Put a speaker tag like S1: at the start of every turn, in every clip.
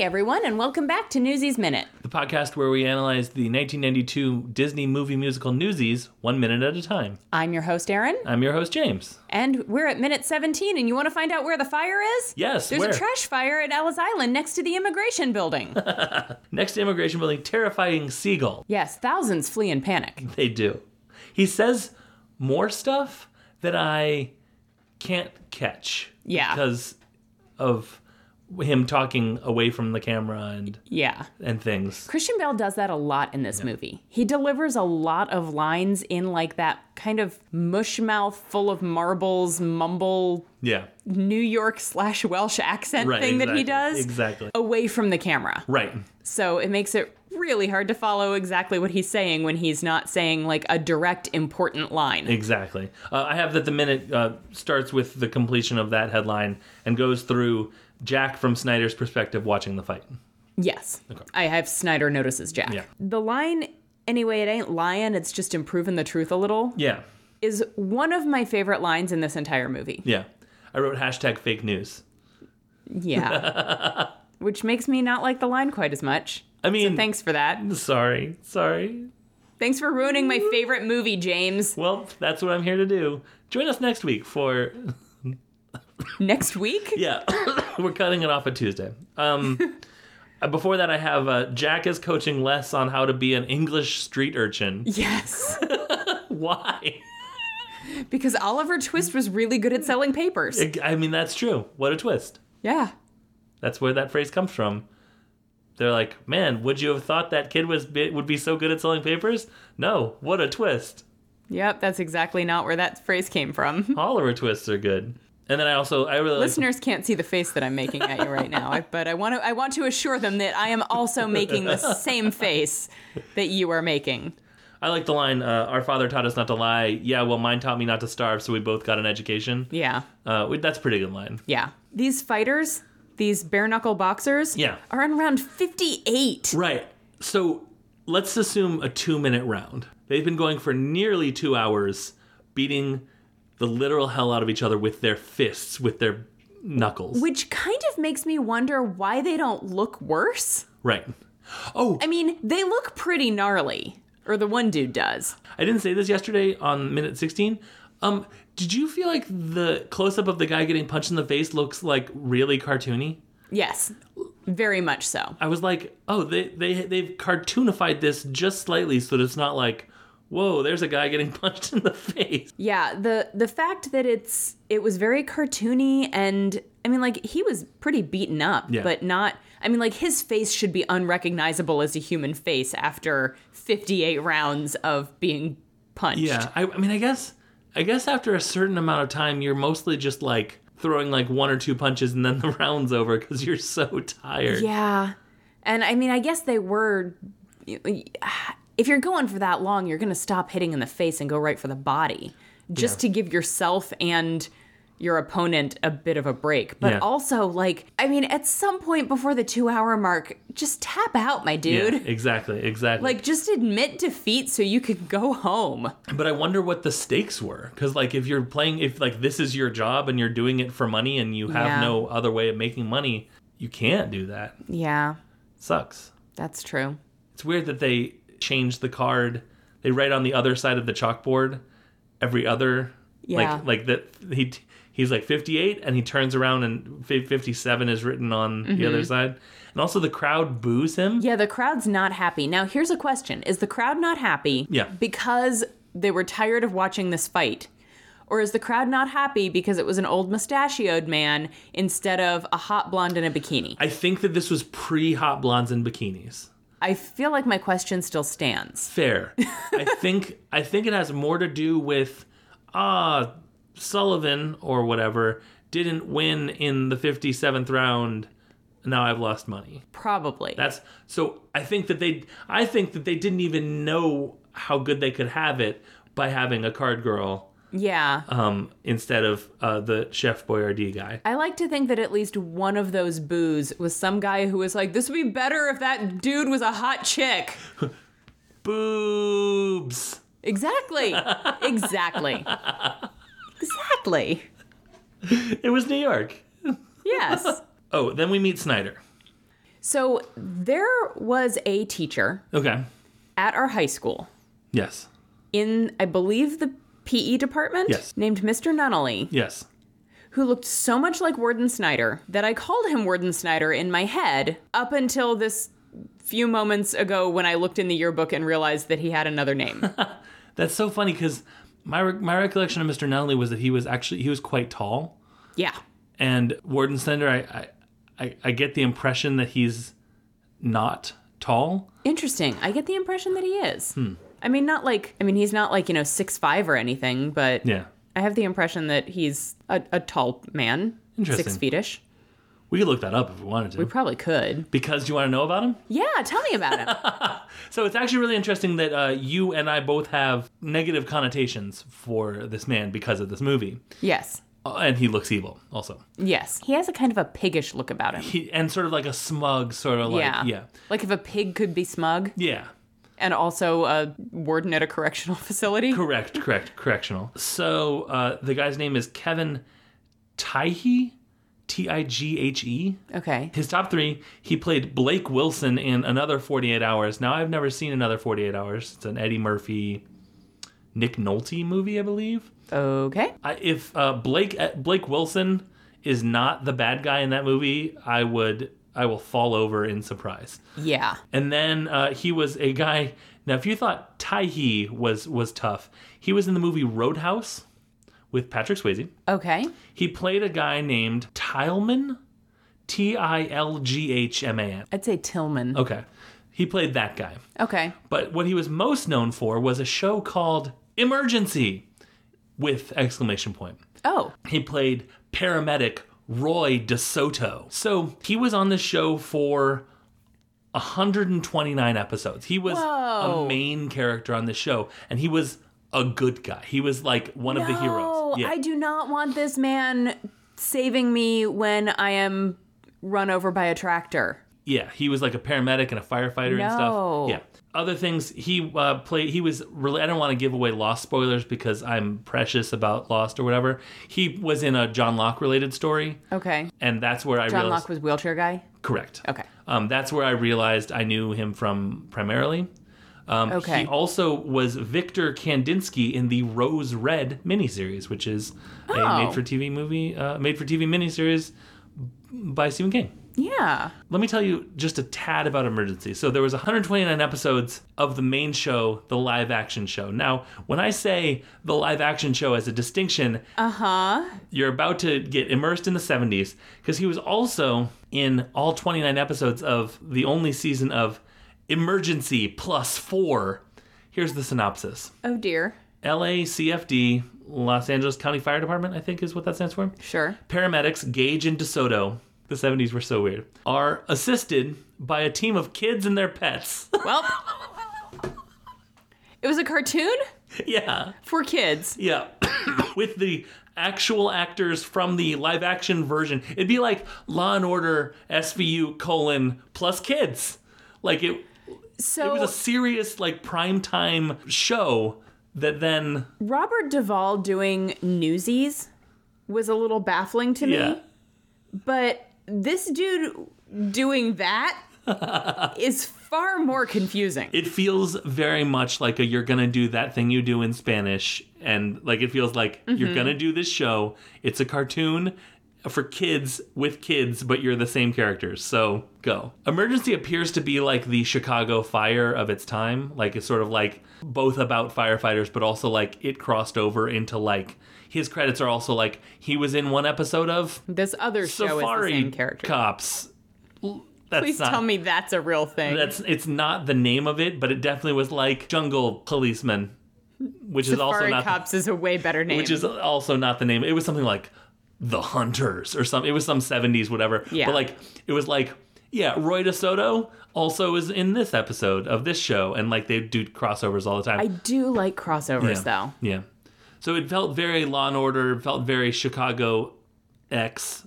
S1: everyone, and welcome back to Newsies Minute.
S2: the podcast where we analyze the 1992 Disney movie musical Newsies one minute at a time.
S1: I'm your host, Erin,
S2: I'm your host, James.
S1: and we're at minute 17, and you want to find out where the fire is?
S2: Yes,
S1: There's
S2: where?
S1: a trash fire at Ellis Island next to the immigration building.
S2: Next to immigration building, terrifying seagull.
S1: yes, thousands flee in panic.
S2: They do. He says more stuff that I can't catch.
S1: Yeah.
S2: Because of him talking away from the camera and
S1: Yeah.
S2: and things.
S1: Christian Bale does that a lot in this movie. He delivers a lot of lines in like that kind of mush mouth, full of marbles, mumble,
S2: Yeah.
S1: New York slash Welsh accent
S2: Right.
S1: thing that he
S2: exactly,
S1: does
S2: Exactly.
S1: away from the camera.
S2: Right.
S1: So it makes it really hard to follow exactly what he's saying when he's not saying like a direct important line.
S2: Exactly. Uh, I have that the minute uh, starts with the completion of that headline and goes through Jack from Snyder's perspective watching the fight.
S1: Yes. I have Snyder notices Jack.
S2: Yeah.
S1: The line, anyway, it ain't lying, it's just improving the truth a little,
S2: Yeah.
S1: is one of my favorite lines in this entire movie.
S2: Yeah. I wrote hashtag fake news.
S1: Yeah. Which makes me not like the line quite as much.
S2: I mean,
S1: Thanks for that.
S2: sorry. Sorry.
S1: Thanks for ruining my favorite movie, James.
S2: Well, that's what I'm here to do. Join us next week for
S1: Next week?
S2: yeah. We're cutting it off at Tuesday. Um, before that, I have uh, Jack is coaching Les on how to be an English street urchin.
S1: Yes.
S2: Why?
S1: Because Oliver Twist was really good at selling papers.
S2: I mean, that's true. What a twist.
S1: Yeah.
S2: That's where that phrase comes from. They're like, man, would you have thought that kid was bi- would be so good at selling papers? No, what a twist!
S1: Yep, that's exactly not where that phrase came from.
S2: Oliver twists are good. And then I also I really like,
S1: Listeners can't see the face that I'm making at you right now, I- but I want to I want to assure them that I am also making the same face that you are making.
S2: I like the line, uh, "Our father taught us not to lie." Yeah, well, mine taught me not to starve, so we both got an education.
S1: Yeah.
S2: Uh, we, that's a pretty good line.
S1: Yeah. These fighters, these bare knuckle boxers
S2: Yeah.
S1: are in round 58.
S2: Right. So let's assume a two minute round. They've been going for nearly two hours, beating the literal hell out of each other with their fists, with their knuckles.
S1: Which kind of makes me wonder why they don't look worse.
S2: right. Oh,
S1: I mean, they look pretty gnarly. Or the one dude does.
S2: I didn't say this yesterday on minute 16. Um, did you feel like the close up of the guy getting punched in the face looks like really cartoony?
S1: Yes. Very much so.
S2: I was like, oh, they they they've cartoonified this just slightly so that it's not like, whoa, there's a guy getting punched in the face.
S1: Yeah, the the fact that it's it was very cartoony and I mean like he was pretty beaten up,
S2: Yeah.
S1: but not I mean like his face should be unrecognizable as a human face after 58 rounds of being punched.
S2: Yeah, I, I mean, I guess I guess after a certain amount of time, you're mostly just like throwing like one or two punches and then the round's over because you're so tired.
S1: Yeah. And I mean I guess they were if you're going for that long, you're going to stop hitting in the face and go right for the body just
S2: Yeah.
S1: to give yourself and your opponent a bit of a break. But
S2: Yeah.
S1: also, like, I mean, at some point before the two hour mark, just tap out, my dude.
S2: Yeah, exactly, exactly.
S1: Like, just admit defeat so you can go home.
S2: But I wonder what the stakes were. Because, like, if you're playing, if, like, this is your job and you're doing it for money and you have
S1: Yeah.
S2: no other way of making money, you can't do that. It
S1: Yeah,
S2: sucks.
S1: that's true.
S2: It's weird that they changed the card. They write on the other side of the chalkboard every other.
S1: Yeah.
S2: Like, like that he he's like 58 and he turns around and fi- 57 is written on the other side. And also the crowd boos him.
S1: Mm-hmm. Yeah, the crowd's not happy. Now, here's a question Is the crowd not happy
S2: Yeah.
S1: because they were tired of watching this fight? Or is the crowd not happy because it was an old mustachioed man instead of a hot blonde in a bikini?
S2: I think that this was pre hot blondes and bikinis.
S1: I feel like my question still stands.
S2: fair. I think I think it has more to do with ah Sullivan or whatever didn't win in the 57th round. Now I've lost money.
S1: Probably.
S2: That's so I think that they I think that they didn't even know how good they could have it by having a card girl
S1: yeah.
S2: um, instead of uh, the chef Boyardee guy.
S1: I like to think that at least one of those boos was some guy who was like, this would be better if that dude was a hot chick.
S2: Boobs.
S1: Exactly. exactly. Exactly.
S2: It was New York.
S1: Yes.
S2: Oh, then we meet Snyder.
S1: So there was a teacher
S2: Okay.
S1: at our high school
S2: Yes.
S1: in, I believe, the PE department
S2: Yes.
S1: named Mr. Nunnally,
S2: Yes.
S1: who looked so much like Warden Snyder that I called him Warden Snyder in my head up until this few moments ago when I looked in the yearbook and realized that he had another name.
S2: That's so funny because my re- my recollection of Mr. Nunnally was that he was actually he was quite tall.
S1: yeah.
S2: And Warden Slender, I, I, I, I get the impression that he's not tall.
S1: Interesting. I get the impression that he is.
S2: Hmm.
S1: I mean, not like, I mean, he's not like, you know, six five or anything, but
S2: Yeah.
S1: I have the impression that he's a, a tall man, six
S2: Interesting.
S1: feetish.
S2: We could look that up if we wanted to.
S1: We probably could.
S2: because do you want to know about him?
S1: Yeah, tell me about him.
S2: So it's actually really interesting that uh, you and I both have negative connotations for this man because of this movie.
S1: yes.
S2: Uh, and he looks evil also.
S1: Yes. He has a kind of a piggish look about him.
S2: He, and sort of like a smug, sort of like,
S1: yeah.
S2: yeah.
S1: Like if a pig could be smug
S2: Yeah.
S1: and also a warden at a correctional facility.
S2: Correct, correct, correctional. So uh, the guy's name is Kevin Tighe, T I G H E.
S1: okay.
S2: His top three, he played Blake Wilson in Another 48 Hours. Now, I've never seen Another 48 Hours. It's an Eddie Murphy, Nick Nolte movie, I believe.
S1: Okay.
S2: I, if uh, Blake uh, Blake Wilson is not the bad guy in that movie, I would I will fall over in surprise.
S1: Yeah.
S2: And then uh, he was a guy. Now, if you thought Taihi was was tough, he was in the movie Roadhouse with Patrick Swayze.
S1: Okay.
S2: He played a guy named Tileman, T I L G H M A N.
S1: I'd say Tillman.
S2: Okay. He played that guy.
S1: Okay.
S2: But what he was most known for was a show called Emergency with exclamation point.
S1: Oh.
S2: He played paramedic Roy DeSoto. So he was on the show for 129 episodes. He was
S1: Whoa.
S2: a main character on the show, and he was a good guy. He was like one of the heroes.
S1: No,
S2: Yeah.
S1: I do not want this man saving me when I am run over by a tractor.
S2: Yeah, he was like a paramedic and a firefighter and
S1: No.
S2: stuff. Yeah. Other things he uh, played. He was really. I don't want to give away Lost spoilers because I'm precious about Lost or whatever. He was in a John Locke related story,
S1: Okay.
S2: and that's where I
S1: John
S2: realized.
S1: Locke was wheelchair guy.
S2: correct.
S1: Okay.
S2: Um, that's where I realized I knew him from primarily. Um,
S1: Okay.
S2: He also was Victor Kandinsky in the Rose Red miniseries, which is
S1: Oh.
S2: a made-for-TV movie, uh, made-for-TV miniseries by Stephen King.
S1: Yeah.
S2: Let me tell you just a tad about Emergency. So there was 129 episodes of the main show, the live action show. Now, when I say the live action show as a distinction,
S1: Uh huh.
S2: you're about to get immersed in the 70s because he was also in all 29 episodes of the only season of Emergency Plus 4. Here's the synopsis.
S1: Oh dear.
S2: LACFD, Los Angeles County Fire Department, I think is what that stands for
S1: Sure.
S2: paramedics Gage and DeSoto, the 70s were so weird, are assisted by a team of kids and their pets.
S1: Well, it was a cartoon
S2: yeah.
S1: for kids.
S2: Yeah. With the actual actors from the live action version. It'd be like Law and Order SVU colon plus kids. Like it it
S1: So
S2: was a serious like primetime show that then
S1: Robert Duvall doing Newsies was a little baffling to me,
S2: yeah.
S1: but this dude doing that is far more confusing.
S2: It feels very much like a you're gonna do that thing you do in Spanish, and like it feels like
S1: Mm-hmm.
S2: you're gonna do this show. It's a cartoon for kids with kids, but you're the same characters. So go. Emergency appears to be like the Chicago fire of its time. Like it's sort of like both about firefighters, but also like it crossed over into like his credits are also like he was in one episode of
S1: this other show is the
S2: Safari
S1: same character.
S2: Cops. L- That's
S1: Please
S2: not,
S1: tell me that's a real thing.
S2: that's it's not the name of it, but it definitely was like Jungle Policeman, which is also
S1: Safari
S2: not
S1: Cops is a way better name.
S2: which is also not the name. It was something like The Hunters or something. It was some 70s whatever.
S1: Yeah.
S2: But like it was like yeah, Roy DeSoto also is in this episode of this show and like they do crossovers all the time.
S1: I do like crossovers though.
S2: Yeah. So it felt very Law and Order, felt very Chicago X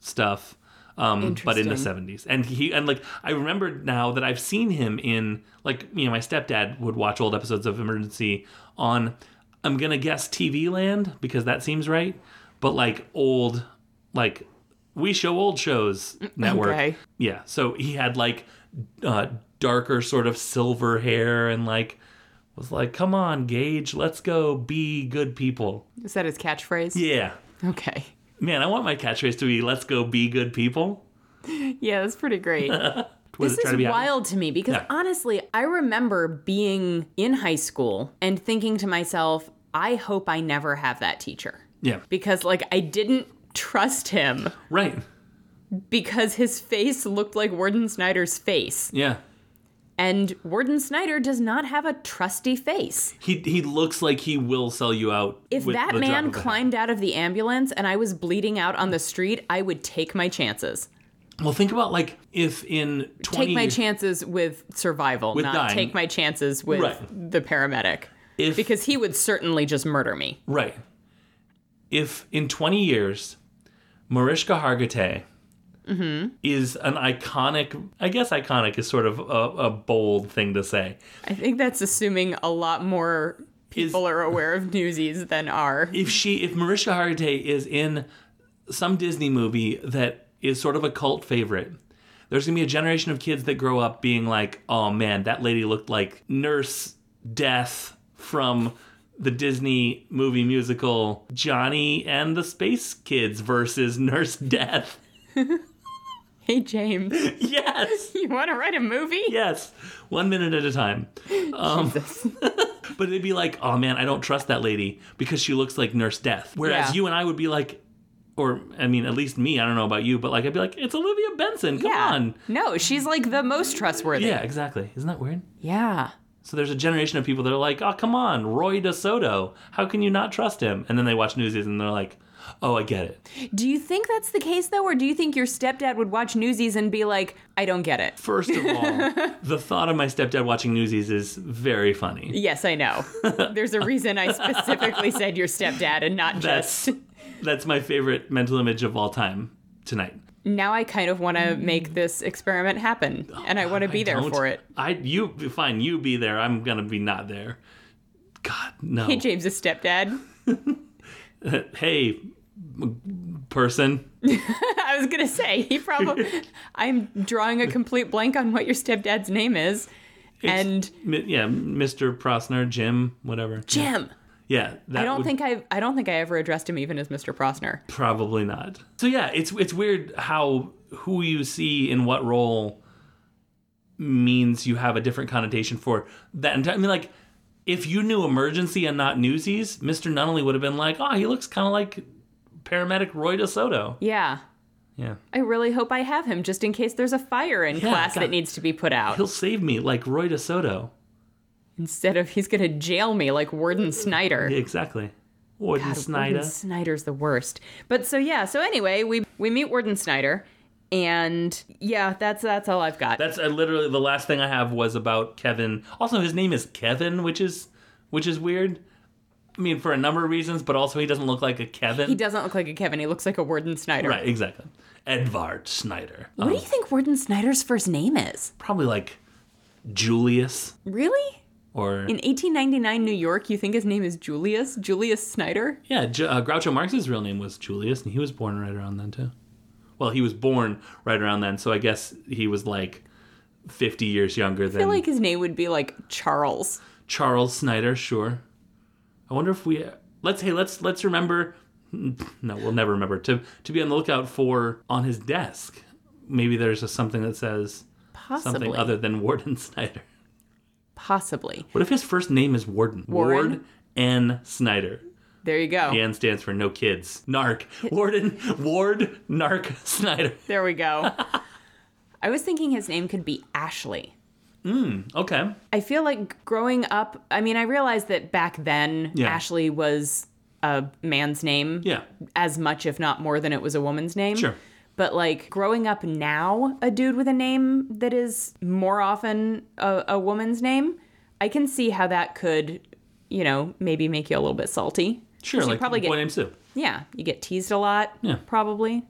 S2: stuff, um, but in the
S1: Interesting.
S2: seventies. And he and like I remembered now that I've seen him in like you know my stepdad would watch old episodes of Emergency on I'm gonna guess TV Land because that seems right, but like old like We Show Old Shows network.
S1: Mm, Okay.
S2: Yeah. So he had like uh, darker sort of silver hair and like was like, come on, Gage, let's go be good people.
S1: Is that his catchphrase?
S2: Yeah.
S1: Okay.
S2: Man, I want my catchphrase to be let's go be good people.
S1: Yeah, that's pretty great.
S2: Was
S1: This
S2: it
S1: is
S2: trying to be happy?
S1: wild to me because
S2: Yeah.
S1: honestly, I remember being in high school and thinking to myself, I hope I never have that teacher
S2: Yeah.
S1: because, like, I didn't trust him
S2: Right.
S1: because his face looked like Warden Snyder's face.
S2: Yeah.
S1: And Warden Snyder does not have a trusty face.
S2: He he looks like he will sell you out.
S1: If
S2: with
S1: that
S2: the drop
S1: man
S2: of a hat.
S1: climbed out of the ambulance and I was bleeding out on the street, I would take my chances.
S2: Well, think about like if in twenty
S1: Take my chances with survival, not
S2: dying.
S1: take my chances with
S2: Right.
S1: the paramedic.
S2: if
S1: Because he would certainly just murder me.
S2: right if in twenty years, Mariska Hargitay is an iconic. I guess iconic is sort of a, a bold thing to say.
S1: I think that's assuming a lot more people are aware of Newsies than are.
S2: If she if Mariska Hargitay is in some Disney movie that is sort of a cult favorite. There's gonna be a generation of kids that grow up being like, "Oh man, that lady looked like Nurse Death from the Disney movie musical Johnny and the Space Kids versus Nurse Death."
S1: Hey, James,
S2: Yes,
S1: you want to write a movie?
S2: yes, one minute at a time. Um,
S1: Jesus.
S2: But it'd be like, "Oh man, I don't trust that lady because she looks like Nurse Death." Whereas
S1: Yeah.
S2: you and I would be like, or I mean, at least me, I don't know about you, but like I'd be like, "It's Olivia Benson, come
S1: Yeah.
S2: on."
S1: No, she's like the most trustworthy.
S2: Yeah, exactly. Isn't that weird?
S1: yeah.
S2: So there's a generation of people that are like, oh, come on, Roy DeSoto. How can you not trust him? And then they watch Newsies and they're like, oh, I get it.
S1: Do you think that's the case though, or do you think your stepdad would watch Newsies and be like, "I don't get it"?
S2: First of all, the thought of my stepdad watching Newsies is very funny.
S1: Yes, I know. There's a reason I specifically said your stepdad and not
S2: That's
S1: just.
S2: that's my favorite mental image of all time tonight.
S1: Now I kind of want to make this experiment happen, and I want to be there
S2: Don't-
S1: for it.
S2: I you fine, you be there. I'm gonna be not there. God no.
S1: Hey, James's stepdad.
S2: Hey, m- person.
S1: I was gonna say he probably. I'm drawing a complete blank on what your stepdad's name is, and
S2: M- yeah, Mr. Prosner, Jim, whatever.
S1: Jim.
S2: Yeah, that
S1: I don't
S2: would
S1: think I. I don't think I ever addressed him even as Mr. Prosner.
S2: Probably not. So yeah, it's it's weird how who you see in what role means you have a different connotation for that entire. I mean, like if you knew Emergency and not Newsies, Mister Nunnally would have been like, oh, he looks kind of like paramedic Roy DeSoto.
S1: Yeah.
S2: Yeah,
S1: I really hope I have him just in case there's a fire in class
S2: God.
S1: that needs to be put out.
S2: he'll save me like Roy DeSoto.
S1: Instead of he's gonna jail me like Warden Snyder.
S2: Yeah, exactly. Warden Snyder.
S1: Warden Snyder's the worst. But so yeah, so anyway, we we meet Warden Snyder and yeah, that's that's all I've got.
S2: That's uh, literally the last thing I have was about Kevin. Also, his name is Kevin, which is which is weird. I mean, for a number of reasons, but also he doesn't look like a Kevin.
S1: he doesn't look like a Kevin, he looks like a Warden Snyder.
S2: Right, Oh. exactly. Edvard Snyder. Uh,
S1: What do you think Warden Snyder's first name is?
S2: Probably like Julius
S1: Really?
S2: or
S1: In 1899 New York, you think his name is Julius? Julius Snyder?
S2: yeah. Ju- uh, Groucho Marx's real name was Julius, and he was born right around then too. Well, he was born right around then, so I guess he was like fifty years younger
S1: I
S2: than
S1: feel like his name would be like Charles.
S2: Charles Snyder. Sure. I wonder if we let's hey let's let's remember. No, we'll never remember to to be on the lookout for on his desk. Maybe there's just something that says
S1: Possibly.
S2: something other than Warden Snyder.
S1: Possibly.
S2: What if his first name is Warden?
S1: Warren?
S2: Ward N. Snyder.
S1: There you go.
S2: N stands for no kids. Narc. Warden Ward Narc Snyder.
S1: There we go. I was thinking his name could be Ashley.
S2: Okay.
S1: I feel like growing up, I mean, I realized that back then
S2: Yeah.
S1: Ashley was a man's name
S2: Yeah.
S1: as much, if not more, than it was a woman's name.
S2: Sure.
S1: But like growing up now, a dude with a name that is more often a, a woman's name, I can see how that could, you know, maybe make you a little bit salty.
S2: Sure.
S1: 'Cause you
S2: Like
S1: probably
S2: a boy
S1: get,
S2: named Sue.
S1: yeah, you get teased a lot,
S2: Yeah.
S1: probably.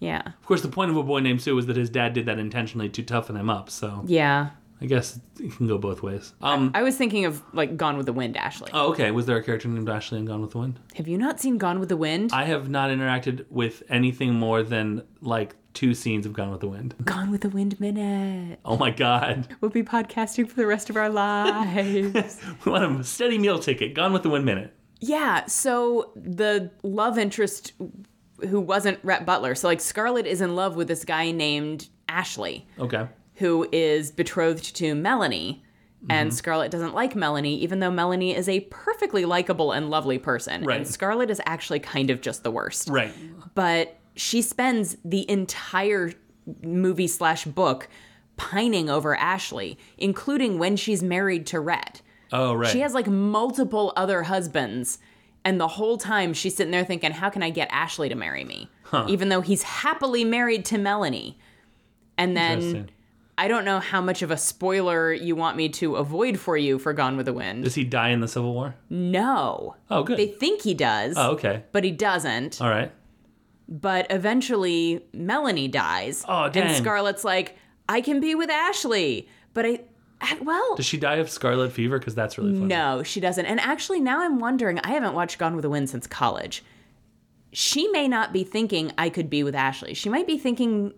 S1: Yeah.
S2: Of course, the point of a boy named Sue was that his dad did that intentionally to toughen him up. So
S1: Yeah.
S2: I guess it can go both ways. Um.
S1: I was thinking of like Gone with the Wind, Ashley.
S2: Oh, okay. Was there a character named Ashley in Gone with the Wind?
S1: Have you not seen Gone with the Wind?
S2: I have not interacted with anything more than like two scenes of Gone with the Wind.
S1: Gone with the Wind Minute.
S2: Oh my god.
S1: We'll be podcasting for the rest of our lives.
S2: We want a steady meal ticket. Gone with the Wind minute.
S1: Yeah, so the love interest who wasn't Rhett Butler. So like Scarlett is in love with this guy named Ashley
S2: Okay.
S1: who is betrothed to Melanie.
S2: Mm-hmm.
S1: And Scarlett doesn't like Melanie, even though Melanie is a perfectly likable and lovely person.
S2: Right.
S1: And Scarlett is actually kind of just the worst.
S2: Right.
S1: But she spends the entire movie slash book pining over Ashley, including when she's married to Rhett.
S2: Oh right.
S1: She has like multiple other husbands. And the whole time she's sitting there thinking, how can I get Ashley to marry me? Even though he's happily married to Melanie. And then
S2: Interesting.
S1: I don't know how much of a spoiler you want me to avoid for you for Gone with the Wind.
S2: Does he die in the Civil War?
S1: No.
S2: Oh good.
S1: They think he does,
S2: oh okay.
S1: but he doesn't.
S2: All right.
S1: But eventually Melanie dies.
S2: Oh,
S1: And
S2: dang.
S1: Scarlett's like, I can be with Ashley. But I, I well,
S2: Does she die of scarlet fever? Because that's really funny.
S1: No, she doesn't. And actually, now I'm wondering, I haven't watched Gone with the Wind since college. She may not be thinking I could be with Ashley. She might be thinking,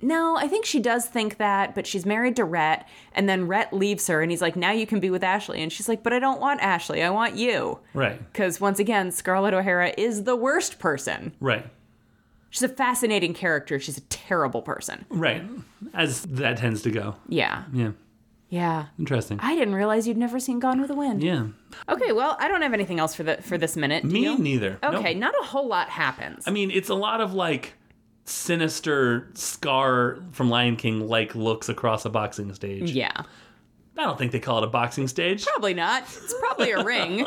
S1: no, I think she does think that, but she's married to Rhett. And then Rhett leaves her and he's like, now you can be with Ashley. And she's like, but I don't want Ashley. I want you.
S2: Right.
S1: Because once again, Scarlett O'Hara is the worst person.
S2: Right.
S1: She's a fascinating character. She's a terrible person.
S2: Right. As that tends to go.
S1: Yeah.
S2: Yeah.
S1: Yeah.
S2: Interesting.
S1: I didn't realize you'd never seen Gone with the Wind.
S2: yeah.
S1: Okay, well, I don't have anything else for the for this minute. Do
S2: Me
S1: you?
S2: neither. No.
S1: Okay, not a whole lot happens.
S2: I mean, it's a lot of like sinister scar from Lion King like looks across a boxing stage.
S1: yeah.
S2: I don't think they call it a boxing stage.
S1: Probably not. It's probably a ring.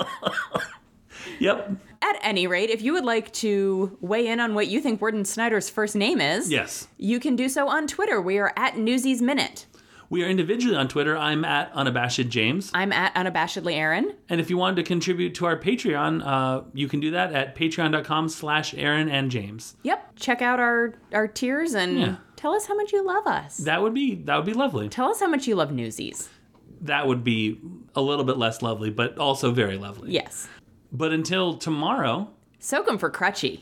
S2: Yep.
S1: At any rate, if you would like to weigh in on what you think Warden Snyder's first name is,
S2: Yes.
S1: you can do so on Twitter. We are at Newsies Minute.
S2: We are individually on Twitter. I'm at unabashed James.
S1: I'm at unabashedly Aaron.
S2: And if you wanted to contribute to our Patreon, uh, you can do that at patreon.com slash Aaron and James.
S1: Yep. Check out our our tiers and
S2: Yeah.
S1: tell us how much you love us.
S2: That would be that would be lovely.
S1: tell us how much you love Newsies.
S2: That would be a little bit less lovely, but also very lovely.
S1: Yes.
S2: But until tomorrow,
S1: Soak 'em for crutchy.